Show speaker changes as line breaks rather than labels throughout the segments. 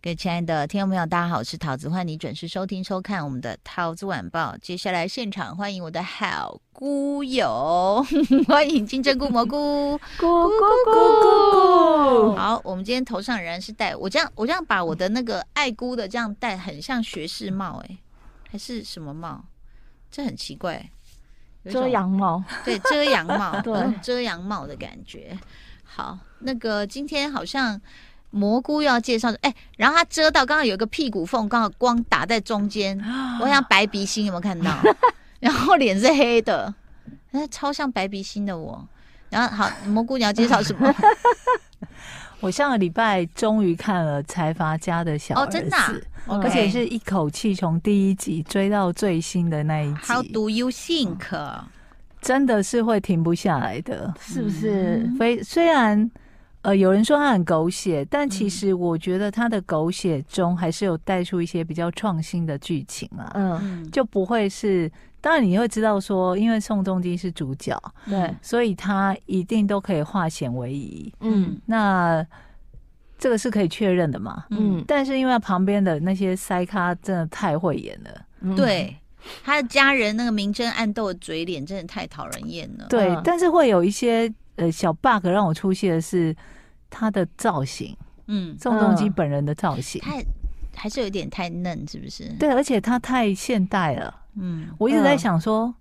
各位亲爱的听众朋友，大家好，我是桃子，欢迎你准时收听收看我们的《桃子晚报》。接下来现场欢迎我的好菇友， 欢迎金针菇蘑 菇。
咕咕咕咕咕，
好，我们今天头上仍然是戴我这样，我这样把我的那个爱菇的这样戴，很像学士帽哎、还是什么帽？这很奇怪、有一种
遮阳帽，
对遮阳帽，
对
嗯遮阳帽的感觉。好，那个今天好像蘑菇要介绍的，哎、然后它遮到刚好有一个屁股缝，刚好光打在中间，我想白鼻心有没有看到？然后脸是黑的，那超像白鼻心的我。然后好，蘑菇你要介绍什么？
我上个礼拜终于看了财阀家的小
哦
儿子，
真的啊
嗯
而且是一口气从第一集追到最新的那一
How
集，
do you think？
真的是会停不下来的。
是不
嗯
是？
非虽然呃有人说他很狗血，但
嗯
其实我觉得他的狗血中还是有带出一些比较创新的剧情啊，
嗯，
嗯，
就不会是。当然你会知道说，因为宋仲基是主角，
嗯对，
所以他一定都可以化险为夷。
嗯
那这个是可以确认的嘛？
嗯，
但是因为旁边的那些塞咖真的太会演了，
嗯，
对，他的家人那个明争暗斗的嘴脸真的太讨人厌了。
对，
嗯
但是会有一些呃小 bug 让我出戏的是他的造型，
嗯，
宋仲基本人的造型，
嗯
太还是有点太嫩，是不是？，
对，而且他太现代了，
嗯
我一直在
嗯
想说，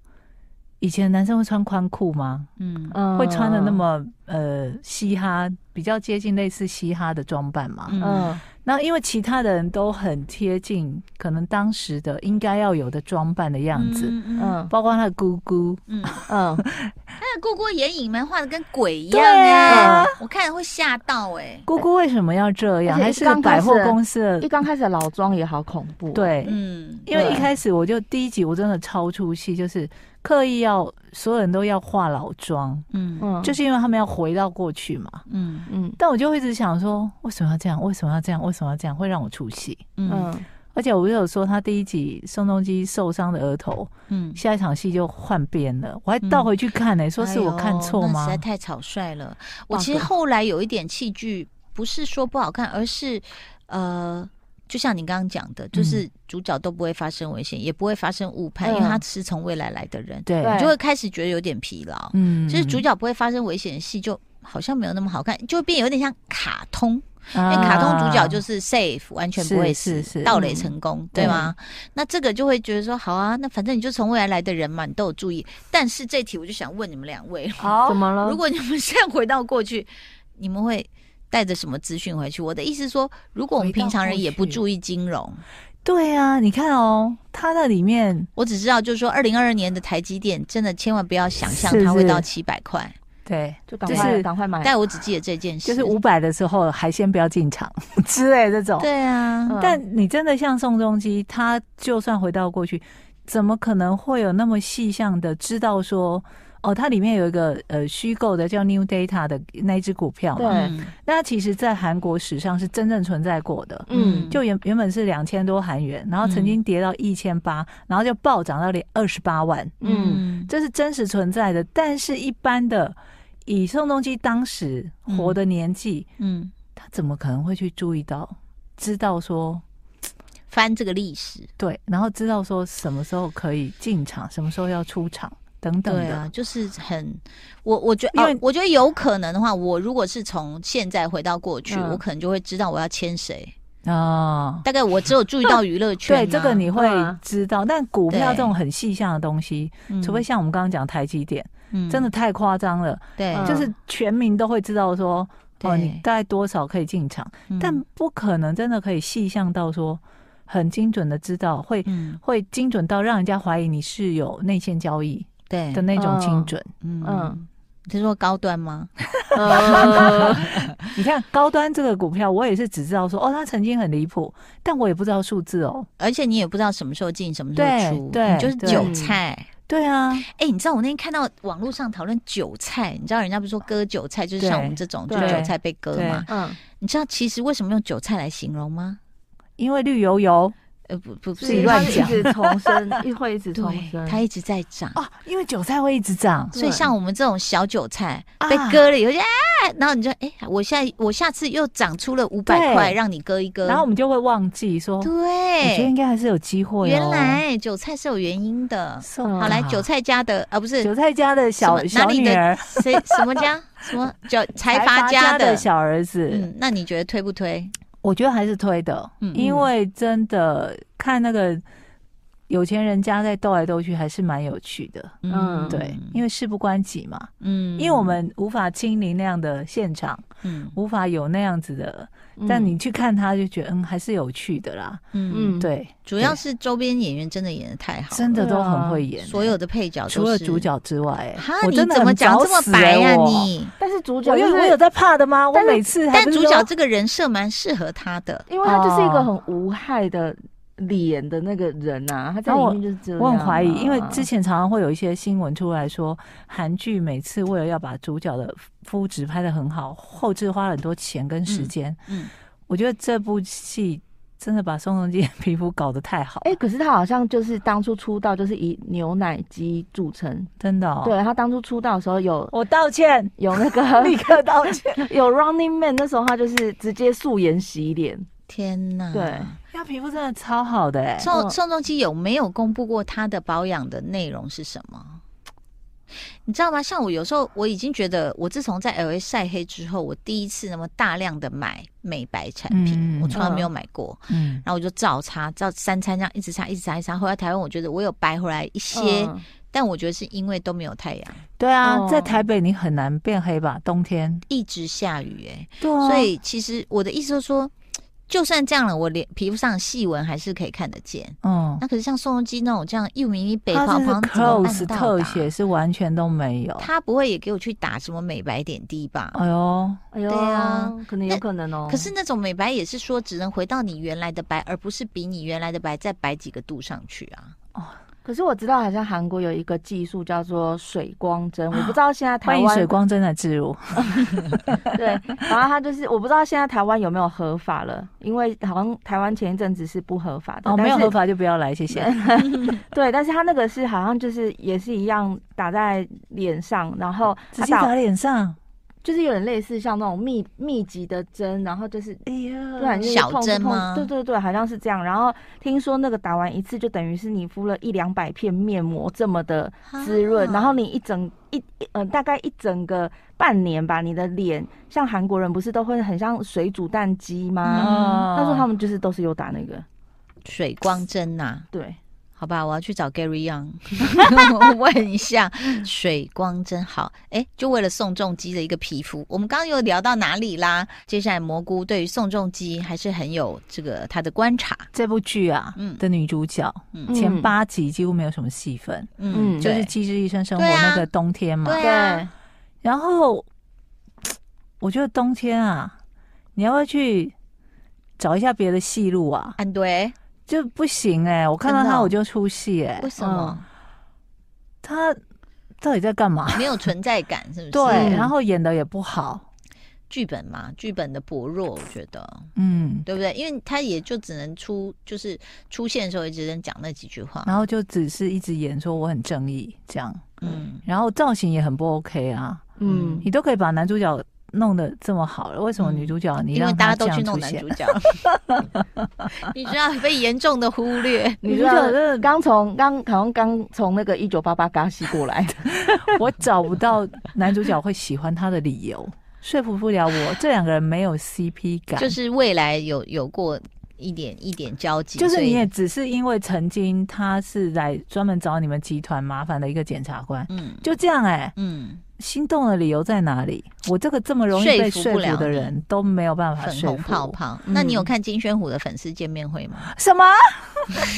以前男生会穿宽裤吗？
嗯
嗯
会穿的那，么呃嘻哈，比较接近类似嘻哈的装扮吗？
嗯
嗯
那因为其他的人都很贴近，可能当时的应该要有的装扮的样子，
嗯
嗯
包括他的姑姑，
嗯，
嗯，
他的姑姑眼影蛮画的跟鬼一样
对啊
哎，我看了会吓到哎。
姑姑为什么要这样？
而且
还
一
是
刚开
百
始
货公司
一
的？
刚开始的老庄也好恐怖，，
对，
嗯，
因为
对
一开始我就第一集我真的超出戏，就是刻意要所有人都要化老妆，
嗯
嗯，
就是因为他们要回到过去嘛。
嗯
嗯
但我就一直想说，为什么要这样？为什么要这样？为什么要这样？会让我出戏。
嗯
嗯
而且我不是有说他第一集宋仲基受伤的额头，
嗯，
下一场戏就换边了，我还倒回去看呢、说是我看错
哎呦那
吗
实在？太草率了。我
bug
其实后来有一点弃剧，不是说不好看，而是呃。就像你刚刚讲的，
嗯
就是主角都不会发生危险，也不会发生误判，因为
嗯
他是从未来来的人，
对，
对
你就会开始觉得有点疲劳。
嗯
就是主角不会发生危险的戏，就好像没有那么好看，就变有点像卡通，
因
因为卡通主角就是 safe，完全不会死
啊是是是嗯
盗垒成功，对吗？那这个就会觉得说，好啊，那反正你就从未来来的人嘛，你都有注意。但是这题我就想问你们两位，
好，怎么 了
如？果你们现在回到过去，你们会？带着什么资讯回去？我的意思是说，如果我们
回到
平常人
过
也不
去
注意金融，
对啊，你看哦，他那里面
我只知道就是说，二零二二年的台积电真的千万不要想象
是
它会
是
到七百块，
对，
就赶
就
快
是
赶快买，
但我只记得这件事。
就是五百的时候还先不要进 场之类这种。
对啊，
嗯
但你真的像宋仲基，他就算回到过去，怎么可能会有那么细项的知道说？哦，它里面有一个呃虚构的叫 New Data 的那一只股票嘛，
对
嗯
那它其实在韩国史上是真正存在过的，
嗯
就原原本是两千多韩元，然后曾经跌到一千八，然后就暴涨到二十八万，
嗯
这是真实存在的。但是，一般的以宋仲基当时活的年纪，
嗯，
他怎么可能会去注意到、知道说
翻这个历史，
对，然后知道说什么时候可以进场，什么时候要出场等等
对
的？
啊，就是很，我我觉得，
因
哦
为
我觉得有可能的话，我如果是从现在回到过去，
嗯
我可能就会知道我要签谁。
啊
大概我只有注意到娱乐圈啊，
对，这个你会
嗯
知道。但股票
对
这种很细项的东西，
嗯
除非像我们刚刚讲台积电，
嗯
真的太夸张了，
对，
嗯
就是全民都会知道说。哦，
对
你大概多少可以进场？
嗯
但不可能真的可以细项到说很精准的知道会
嗯，
会精准到让人家怀疑你是有内线交易
对
的，那种精准。
嗯嗯
嗯，
你是说高端 吗？
呃
你看高端这个股票，我也是只知道说哦，它曾经很离谱，但我也不知道数字哦。
而且你也不知道什么时候进，什么时候
对
出，
对
你就是
对
韭菜。
对啊，
哎、你知道我那天看到网络上讨论韭菜，你知道人家不是说割韭菜，就是
对
像我们这种，就
对
韭菜被割
对
嘛。
嗯
你知道其实为什么用韭菜来形容吗？
因为绿油油，
呃，不不
所
是
以
乱
它是一
讲，
直重生，一会一直重
对，
生。
它一直在长。
哦，因为韭菜会一直长，
所以像我们这种小韭菜
啊
被割了以后就啊，然后你就哎、我现在我下次又长出了五百
对
块让你割一割，
然后我们就会忘记说，我觉得应
对，
该还是有机会哦。
原来韭菜是有原因的。
是啊
好来，韭菜家的啊不是
韭菜家的小
什么
小
哪里
女
的
儿，
谁什么家什么 叫财阀
阀
家
的
的，
小儿子，
嗯，那你觉得推不推？
我觉得还是推的，
嗯
因为真的看那个有钱人家在斗来斗去，还是蛮有趣的。
嗯
对，因为事不关己嘛，
嗯
因为我们无法亲临那样的现场，
嗯
无法有那样子的，但你去看他就觉得，嗯，还是有趣的啦。
嗯，
嗯
对，
主要是周边演员真的演的太好了，
真的
对
都
啊
很会演，
啊所有的配角都是
除了主。角之外，
哈，
我
你
真的
怎么
很
讲
早
这么
死
白呀、
欸我
你？
但是主角
我
就
有我
是
有在怕的吗？我
但是
每次还
但
不是
主角
说
这个人设蛮适合他的，
因为他就是一个
哦
很无害的脸的那个人呐、啊，他在
然后
里
我
面就是这样、啊。
我很怀疑，因为之前常常会有一些新闻出来说，韩剧每次为了要把主角的肤质拍得很好，后置花了很多钱跟时间。
嗯嗯
我觉得这部戏真的把宋仲基的皮肤搞得太好，
哎、可是他好像就是当初出道就是以牛奶机著称，
真的、哦。，哦
对他当初出道的时候有
我道 歉，
有那个
立刻道歉。
有 Running Man，那时候他就是直接素颜洗脸，
天哪！
对，
他皮肤真的超好的、哎，
宋
嗯
宋仲基有没有公布过他的保养的内容是什么？你知道吗？像我有时候我已经觉得，我自从在 L A 晒黑之后，我第一次那么大量的买美白产品，
嗯
我从来没有买过。
嗯，
然后我就照擦，照三餐这样一直擦，一直擦，一直擦。回来台湾，我觉得我有白回来一些，
嗯
但我觉得是因为都没有太阳，
对啊，
哦
在台北你很难变黑吧？冬天，
一直下雨、欸，
对啊
所以其实我的意思就是说，就算这样了，我脸皮肤上的细纹还是可以看得见。
嗯，
那可是像宋仲基那种这样一米一北
他
跑
这
旁，
是 close
怎么办到
特
的啊
写是完全都没有。
他不会也给我去打什么美白点滴吧？
哎呦，
哎呦，
对啊
可能有可能哦、
可是那种美白也是说只能回到你原来的白，而不是比你原来的白再白几个度上去啊。
可是我知道好像韩国有一个技术叫做水光针，我不知道现在
啊欢
台
迎
湾
水光针的置入。哦
对，然后他就是我不知道现在台湾有没有合法了，因为好像台湾前一阵子是不合法的，
哦，
但
没有
是
合法就不要来，谢谢。
对，但是他那个是好像就是也是一样打在脸上，然后
直
他
接打
打
脸上，
就是有点类似像那种密密集的针，然后
嗯
就是
哎
不然
呀，
就是
小
碰
针
碰
吗
对对对，好像是这样。然后听说那个打完一次就等于是你敷了一两百片面膜这么的滋润，
啊
然后你一整一一呃大概一整个半年吧，你的脸像韩国人不是都会很像水煮蛋鸡吗？
嗯
他说他们就是都是有打那个，
水光针啊呐、
对，
好吧，我要去找 Gary Young 问一下水光针好。哎、就为了宋仲基的一个皮肤，我们刚刚有聊到哪里啦？接下来蘑菇对于宋仲基还是很有这个他的观察。
这部剧啊
嗯
的女主角
嗯
前八集几乎没有什么戏份，
嗯，
嗯
就是
对
《机智医生生活
对》啊
那个冬天嘛。
对啊，
然后我觉得冬天啊，你要不要去找一下别的戏路啊？
安对，
就不行哎，我看到
真的
他
哦
我就出戏哎
为，什么、
他到底在干嘛？
没有存在感？是不是？
对，
嗯
然后演的也不好，
剧本嘛，剧本的薄弱，我觉得，
嗯，
对不对？因为他也就只能出，就是出现的时候也只能讲那几句话。
然后就只是一直演说我很正义这样，
嗯，
然后造型也很不 OK 啊，
嗯
你都可以把男主角弄得这么好了，为什么
嗯
女主角你
因为
让
大
她
家
这
都
样
去弄
出
男
现
主？角， 你知道被严重的忽略。
你
女
知
主角
道
真的，
刚从刚好像刚从那个一九八八嘎西过 来，
我找不到男主角会喜欢她的理由，说服不了我。这两个人没有 CP 感，
就是未来有有过一点一点交集，
就是
所以
你也只是因为曾经他是来专门找你们集团麻烦的一个检察官，
嗯
就这样哎、
嗯
心动的理由在哪里？我这个这么容易
说
被
服
说
不了
服的
你
人都没有办法
粉
说
红
服
泡
我
泡。
嗯
那你有看金宣虎的粉丝见面会 吗？
什么？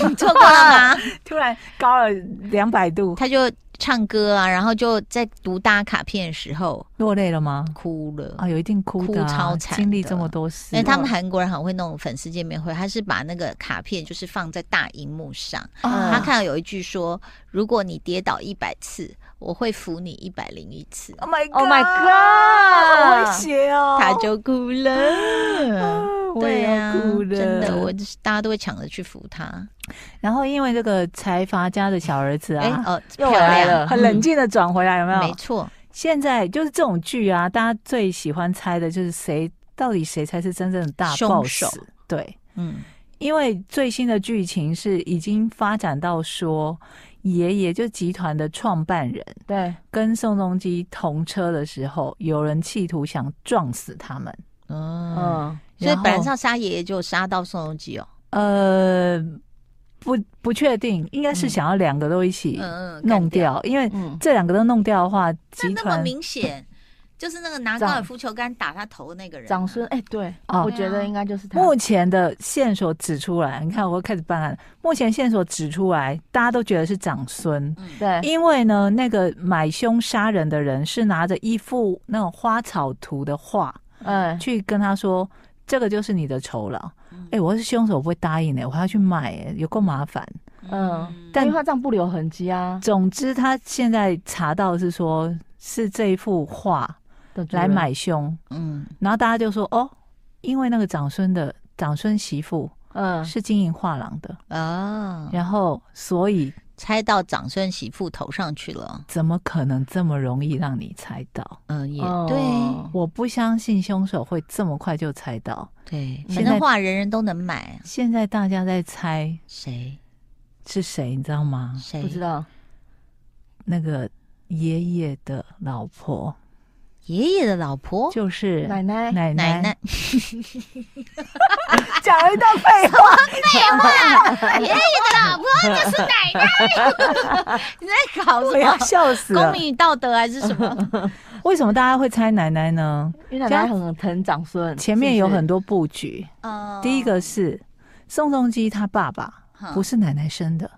你错过了吗？
突然高了两百度，
他就唱歌啊，然后就在读大卡片的时候
落泪了吗？
哭了。
啊，有一定哭的啊、
哭超惨的
经历这么多事，
哎，他们韩国人很会弄粉丝见面会，他是把那个卡片就是放在大荧幕上，
啊
他看到有一句说：“如果你跌倒一百次，我会扶你一百零一次。
Oh my
Oh my
god！
god
好会写哦，
他就哭了，
啊我
对
也
呀、
要哭了，
真的，我就是大家都会抢着去扶他。
然后因为这个财阀家的小儿子
哎、
啊，
哦，
又
漂
来
亮，
了
很冷静的转回来，有没
嗯，没
有？
错，
现在就是这种剧啊，大家最喜欢猜的就是谁到底谁才是真正的大
凶
boss
手。
对，
嗯，
因为最新的剧情是已经发展到说，爷爷就集团的创办人
对，
跟宋仲基同车的时候，有人企图想撞死他们。
哦，
嗯，
所以
然后
本来上杀爷爷就杀到宋仲基哦，
呃，不不确定，应该是
嗯
想要两个都一起
嗯嗯，
弄
干掉，
掉，因为
嗯，
这两个都弄掉的话，
那
集
那么
团
明 显，就是那个拿高
长
尔夫球杆打他头那个人、啊
长孙，，哎，对，
哦
我觉得应该就是他，
目前的线索指出来，你看我开始办案了，目前线索指出来，大家都觉得是长孙。
嗯，
对，
因为呢，那个买凶杀人的人是拿着一幅那种花草图的画
嗯，
去跟他说：“这个就是你的酬劳。
嗯
哎、我是凶手，我不会答应哎、我还要去买哎、有够麻烦。
嗯
但
因为他这样不留痕迹啊，
总之，他现在查到是说是这一幅画
的主人
来，买凶，
嗯，
然后大家就说：“哦，因为那个长孙的长孙媳妇
嗯，
是经营画廊的，
哦，
然后所以
猜到长孙媳妇头上去了，哦
怎么可能这么容易让你猜到？
嗯，也
哦
对。
我不相信凶手会这么快就猜到。
对，
现
反
在
正画人人都能买，啊
现在大家在猜
谁
是谁，你知道吗？
谁
不知道，
那个爷爷的老婆
爷爷的老婆
就是
奶奶，
奶
哦奶奶，
讲了一段废 话，
爷爷的老婆就是奶奶，你在搞
我
什
要
么？
笑死
公
了！
民与道德还是什 么？
为什么大家会猜奶奶呢？
因为奶奶很疼长孙，
前面有很
多，
多布局，
呃
第一个是宋仲基他爸爸不是奶奶生的，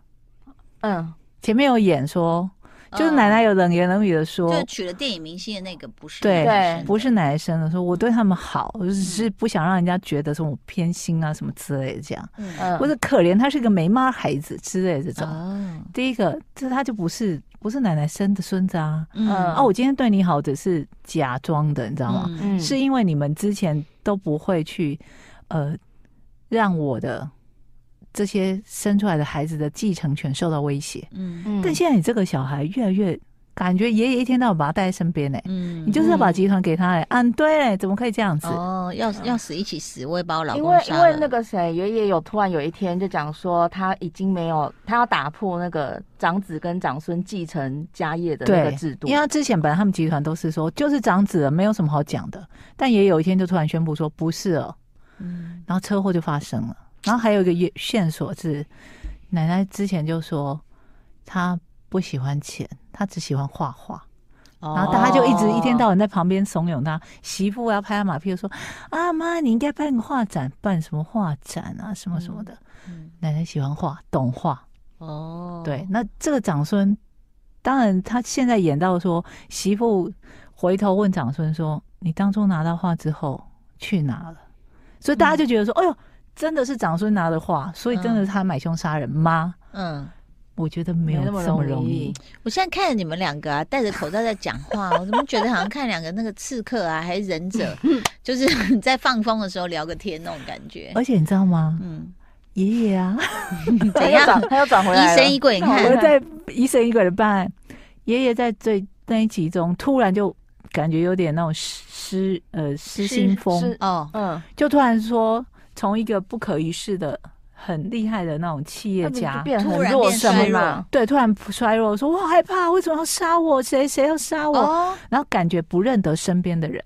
嗯，
前面有演说，就是奶奶有冷言冷语的说，
嗯就娶了电影明星的那个不是
对
男生的
不是奶奶生的，说我对他们好，
嗯
我只是不想让人家觉得说我偏心啊什么之类的这样，
嗯
嗯啊
或者可怜他是个没妈孩子之类的这种。
哦
第一个，这他就不是不是奶奶生的孙子啊，
嗯
嗯
啊，我今天对你好只是假装的，你知道吗？
嗯
嗯，
是因为你们之前都不会去呃让我的这些生出来的孩子的继承权受到威胁，
嗯
嗯，
但现在你这个小孩越来越感觉爷爷一天到晚把他带在身边呢、
嗯
你就是要把集团给他嘞、嗯，对嘞，怎么可以这样子？
哦，要
嗯
要死一起死，我也把我老
因
公
为因
杀
为那
了。
个谁爷爷有突然有一天就讲说他已经没有他要打破那个长子跟长孙继承家业的那个
对
制度，
因为他之前本来他们集团都是说就是长子了，没有什么好讲的，但也有一天就突然宣布说不是哦，
嗯
然后车祸就发生了，然后还有一个线线索是奶奶之前就说她不喜欢钱，她只喜欢画画，
哦
然后大家就一直一天到晚在旁边怂恿她，媳妇要拍她马屁就说啊妈，你应该办个画展，办什么画展啊，什么什么的，
嗯
奶奶喜欢画，懂画。
哦，
对，，那这个长孙，当然他现在演到说，媳妇回头问长孙说：“你当初拿到画之后去哪了？”所以大家就觉得说：“
嗯
哎呦，真的是长孙拿的画，所以真的是他买凶杀人吗？”
嗯，
我觉得没有
没那么
这么
容
容
易
易。
我现在看着你们两个啊，戴着口罩在讲话，我怎么觉得好像看两个那个刺客啊，还是忍 者，就是 在放风的时候聊个天那种感觉。
而且你知道吗？
嗯，
爷爷 啊，
他
怎
又
样
转？他又转回来了
疑神疑鬼，你
那
我
我
看
们，
在疑神疑鬼的办案，爷爷在最那一集中突然就感觉有点那种失呃失
失
心疯，
失
哦，
嗯，
就突然说从一个不可一世的很厉害的那种企业
他不
家
就，变得
突
很
然
弱
变
势
衰
嘛，
对，突然衰弱，说我好害怕，为什么要杀我？谁谁要杀我？
哦
然后感觉不认得身边的人，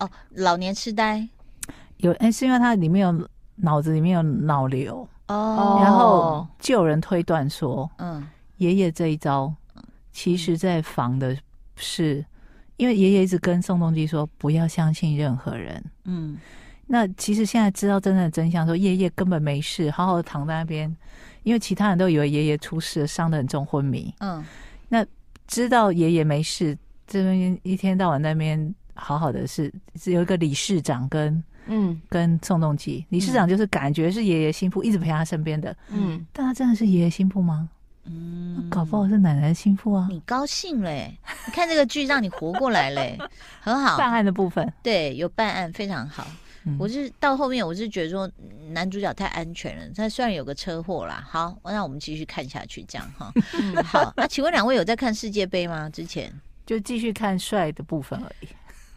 哦，老年痴呆
有哎、是因为他里面有脑子里面有脑瘤，
哦，
然后就有人推断说，
哦
嗯
爷爷这一招其实在防的是，因为爷爷一直跟宋仲基说不要相信任何人，
嗯
那其实现在知道真正的真相，说爷爷根本没事，好好的躺在那边，因为其他人都以为爷爷出事了，伤得很重，昏迷。
嗯
知道爷爷没事，这边一天到晚在那边好好的是，是有一个理事长跟
嗯
跟宋仲基，理事长就是感觉是爷爷心腹，一直陪他身边的，
嗯，
但他真的是爷爷心腹吗？
嗯
搞不好是奶奶的心腹啊。
你高兴嘞、你看这个剧让你活过来嘞、很好。
办案的部分，
对，有办案非常好。
嗯
我是到后面，我是觉得说嗯男主角太安全了。他虽然有个车祸啦，好，那我们继续看下去，这样 哈。好，那请问两位有在看世界杯吗？之前，
就继续看帅的部分而已。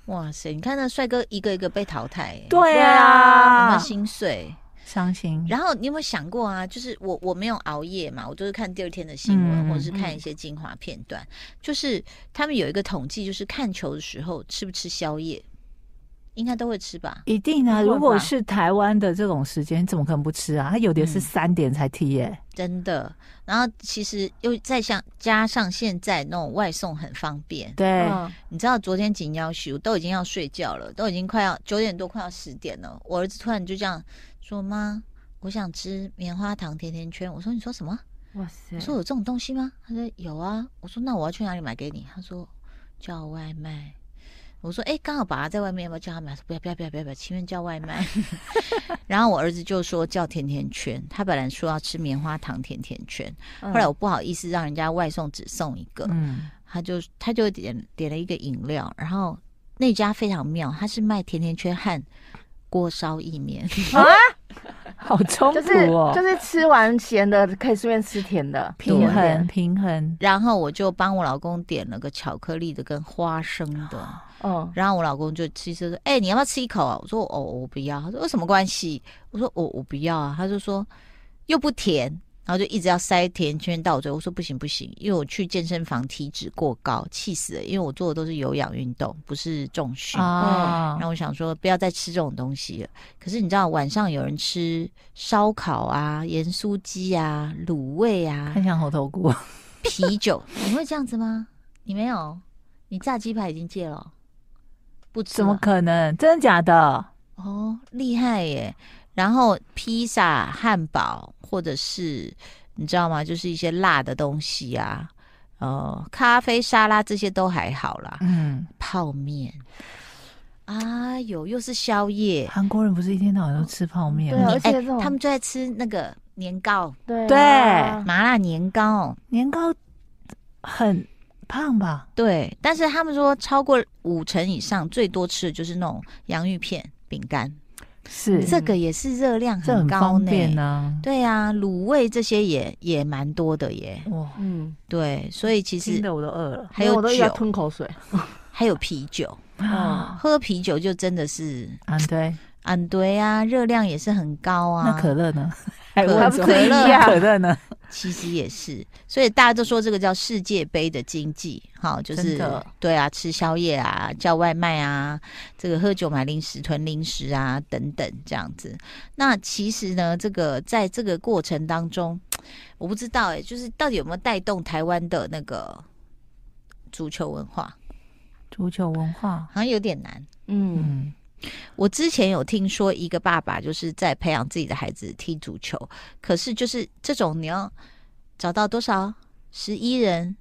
哇塞，你看那帅哥一个一个被淘汰、欸，
对
有没
啊
有，心碎？
伤心。
然后你有没有想过啊？就是我我没有熬夜嘛，我都是看第二天的新闻，
嗯
或者是看一些精华片段。就是他们有一个统计，就是看球的时候吃不吃宵夜，应该都会吃吧？
一定啊！
会吧
如果是台湾的这种时间，你怎么可能不吃啊？他有的是
嗯
三点才踢耶、
真的。然后其实又再像加上现在那种外送很方便，
对，
嗯
你知道昨天紧要休都已经要睡觉了，都已经快要九点多，快要十点了。我儿子突然就这样说：“妈，我想吃棉花糖甜甜圈。”我说：“你说什么？”
哇塞
我说有这种东西吗？他说有啊。我说那我要去哪里买给你？他说叫外卖。我说哎，诶刚、好爸爸在外面，要不要叫他买？他说不要不要不要不要不要，情愿叫外卖。然后我儿子就说叫甜甜圈，他本来说要吃棉花糖甜甜圈，
后
后来我不好意思让人家外送只送一个，
嗯，
他就他就点点了一个饮料，然后那家非常妙，他是卖甜甜圈和锅烧意面。
好冲
就
突
是
哦，
就是吃完咸的可以顺便吃甜的，
平
对
衡平衡。
然后我就帮我老公点了个巧克力的跟花生的。
嗯，
然后我老公就其实说：“哎、你要不要吃一口啊？”我说：“哦，我不要。”他说：“有什么关系？”我说：“我我不要啊。”他就说：“又不甜。”然后就一直要塞甜圈到我嘴。我说：“不行不行，因为我去健身房体脂过高，气死了。因为我做的都是有氧运动，不是重训。
啊
然，后我想说，不要再吃这种东西了。可是你知道，晚上有人吃烧烤啊、盐酥鸡啊、卤味啊
看、像猴头哦菇，
啤酒，你会这样子吗？你没有，你炸鸡排已经戒了哦，不吃
怎么
了
可能？真的假的？
哦，厉害耶！然后披萨、汉堡，或者是你知道吗？就是一些辣的东西啊，呃，咖啡、沙拉这些都还好啦。
嗯，
泡面，啊有又是宵夜，哎
韩国人不是一天到晚都吃泡面
对啊
吗？
而且这种
他们就在吃那个年糕，
对啊
对
麻辣年糕。
年糕很胖吧？
对，但是他们说超过五成以上，最多吃的就是那种洋芋片、饼干，
是，
这个也是热量
这很
高
方
呢。
便呢。
对啊，卤味这些也也蛮多的耶。
哇，
嗯，
对，所以其
听
实
的我都饿了。
还
我
有
都要
酒，
吞口水，
还有啤酒。
嗯，
喝啤酒就真的是，
啊，对，
嗯，对啊，热量也是很高啊。
那可乐呢？还
可
问
不
说
可乐
那可乐呢？
其实也是，所以大家都说这个叫世界杯的经济，好，就
真
是
的
对啊，吃宵夜啊，叫外卖啊，这个喝酒买零食、囤零食啊，等等这样子。那其实呢，这个在这个过程当中，我不知道哎、就是到底有没有带动台湾的那个足球文化，
足球文化，
好像有点难。
嗯，
嗯，
我之前有听说一个爸爸就是在培养自己的孩子踢足球，可是就是这种你要找到多少十一人。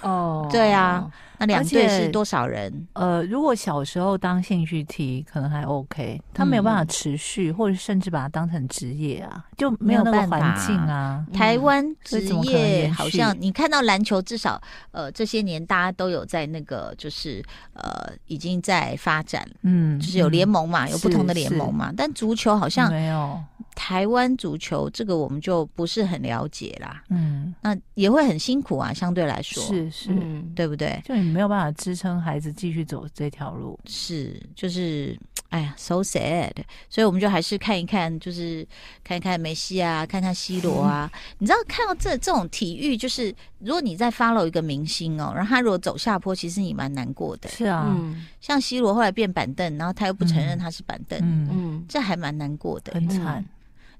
哦
对啊，那两队
而且
是多少人？
呃，如果小时候当兴趣踢，可能还 OK，他没有办法
嗯
持续，或者甚至把它当成职业啊，就没有那个环境啊。
嗯
台湾
所
职
以怎么可能
业
延续
好像你看到篮球，至少呃这些年大家都有在那个就是呃已经在发展，
嗯，
就是有联盟嘛，
嗯
有不同的联盟嘛。但足球好
嗯
像
没有，
台湾足球这个我们就不是很了解啦，
嗯，
那也会很辛苦啊，相对来说，
是是，
嗯，
对不对？
就你没有办法支撑孩子继续走这条路。
是，就是，哎呀，so sad。所以我们就还是看一看，就是看一看梅西啊，看看 C 罗啊。你知道，看到这这种体育，就是如果你在 follow 一个明星哦，然后他如果走下坡，其实你蛮难过的。
是啊，
嗯
像 C 罗后来变板凳，然后他又不承认
嗯
他是板凳，
嗯，
嗯，
这还蛮难过的。
很惨。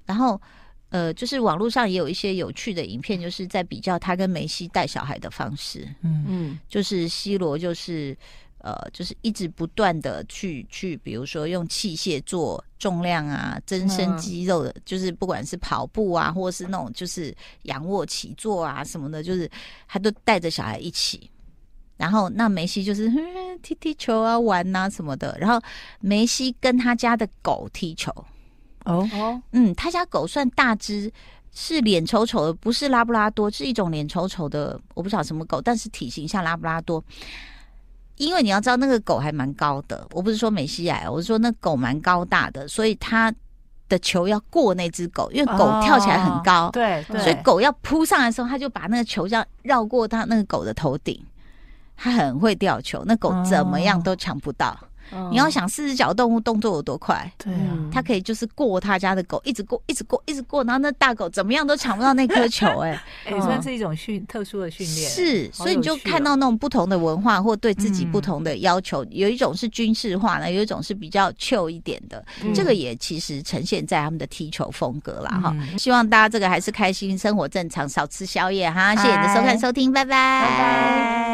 然后。呃，就是网络上也有一些有趣的影片，就是在比较他跟梅西带小孩的方式。
嗯，
嗯，
就是 C 罗就是呃，就是一直不断的去去，比如说用器械做重量啊，增生
嗯
肌肉的，就是不管是跑步啊，或是那种就是仰卧起坐啊什么的，就是他都带着小孩一起。然后那梅西就是嗯踢踢球啊，玩啊什么的。然后梅西跟他家的狗踢球，
哦，
哦，
嗯，他家狗算大只，是脸丑丑的，不是拉布拉多，是一种脸丑丑的，我不晓得什么狗，但是体型像拉布拉多。因为你要知道，那个狗还蛮高的，我不是说美西矮，我是说那狗蛮高大的，所以它的球要过那只狗，因为狗跳起来很高，
哦对对，
哦所以狗要扑上来的时候，它就把那个球这样绕过它那个狗的头顶。它很会吊球，那狗怎么
哦
样都抢不到。你要想四只脚动物动作有多快，
对啊，
嗯
它可以就是过他家的狗，一直过，一直过，一直过，然后那大狗怎么样都抢不到那颗球、哎，
哎、算是一种训特殊 的训练，
是，
好
所以你就
有趣哦
看到那种不同的文化或对自己
嗯
不同的要求，有一种是军事化的，有一种是比较 chill 一点的，
嗯
这个也其实呈现在他们的踢球风格啦，哈、
嗯
希望大家这个还是开心，生活正常，少吃宵夜哈。谢谢你的收
嗨
看收听，拜拜
拜拜。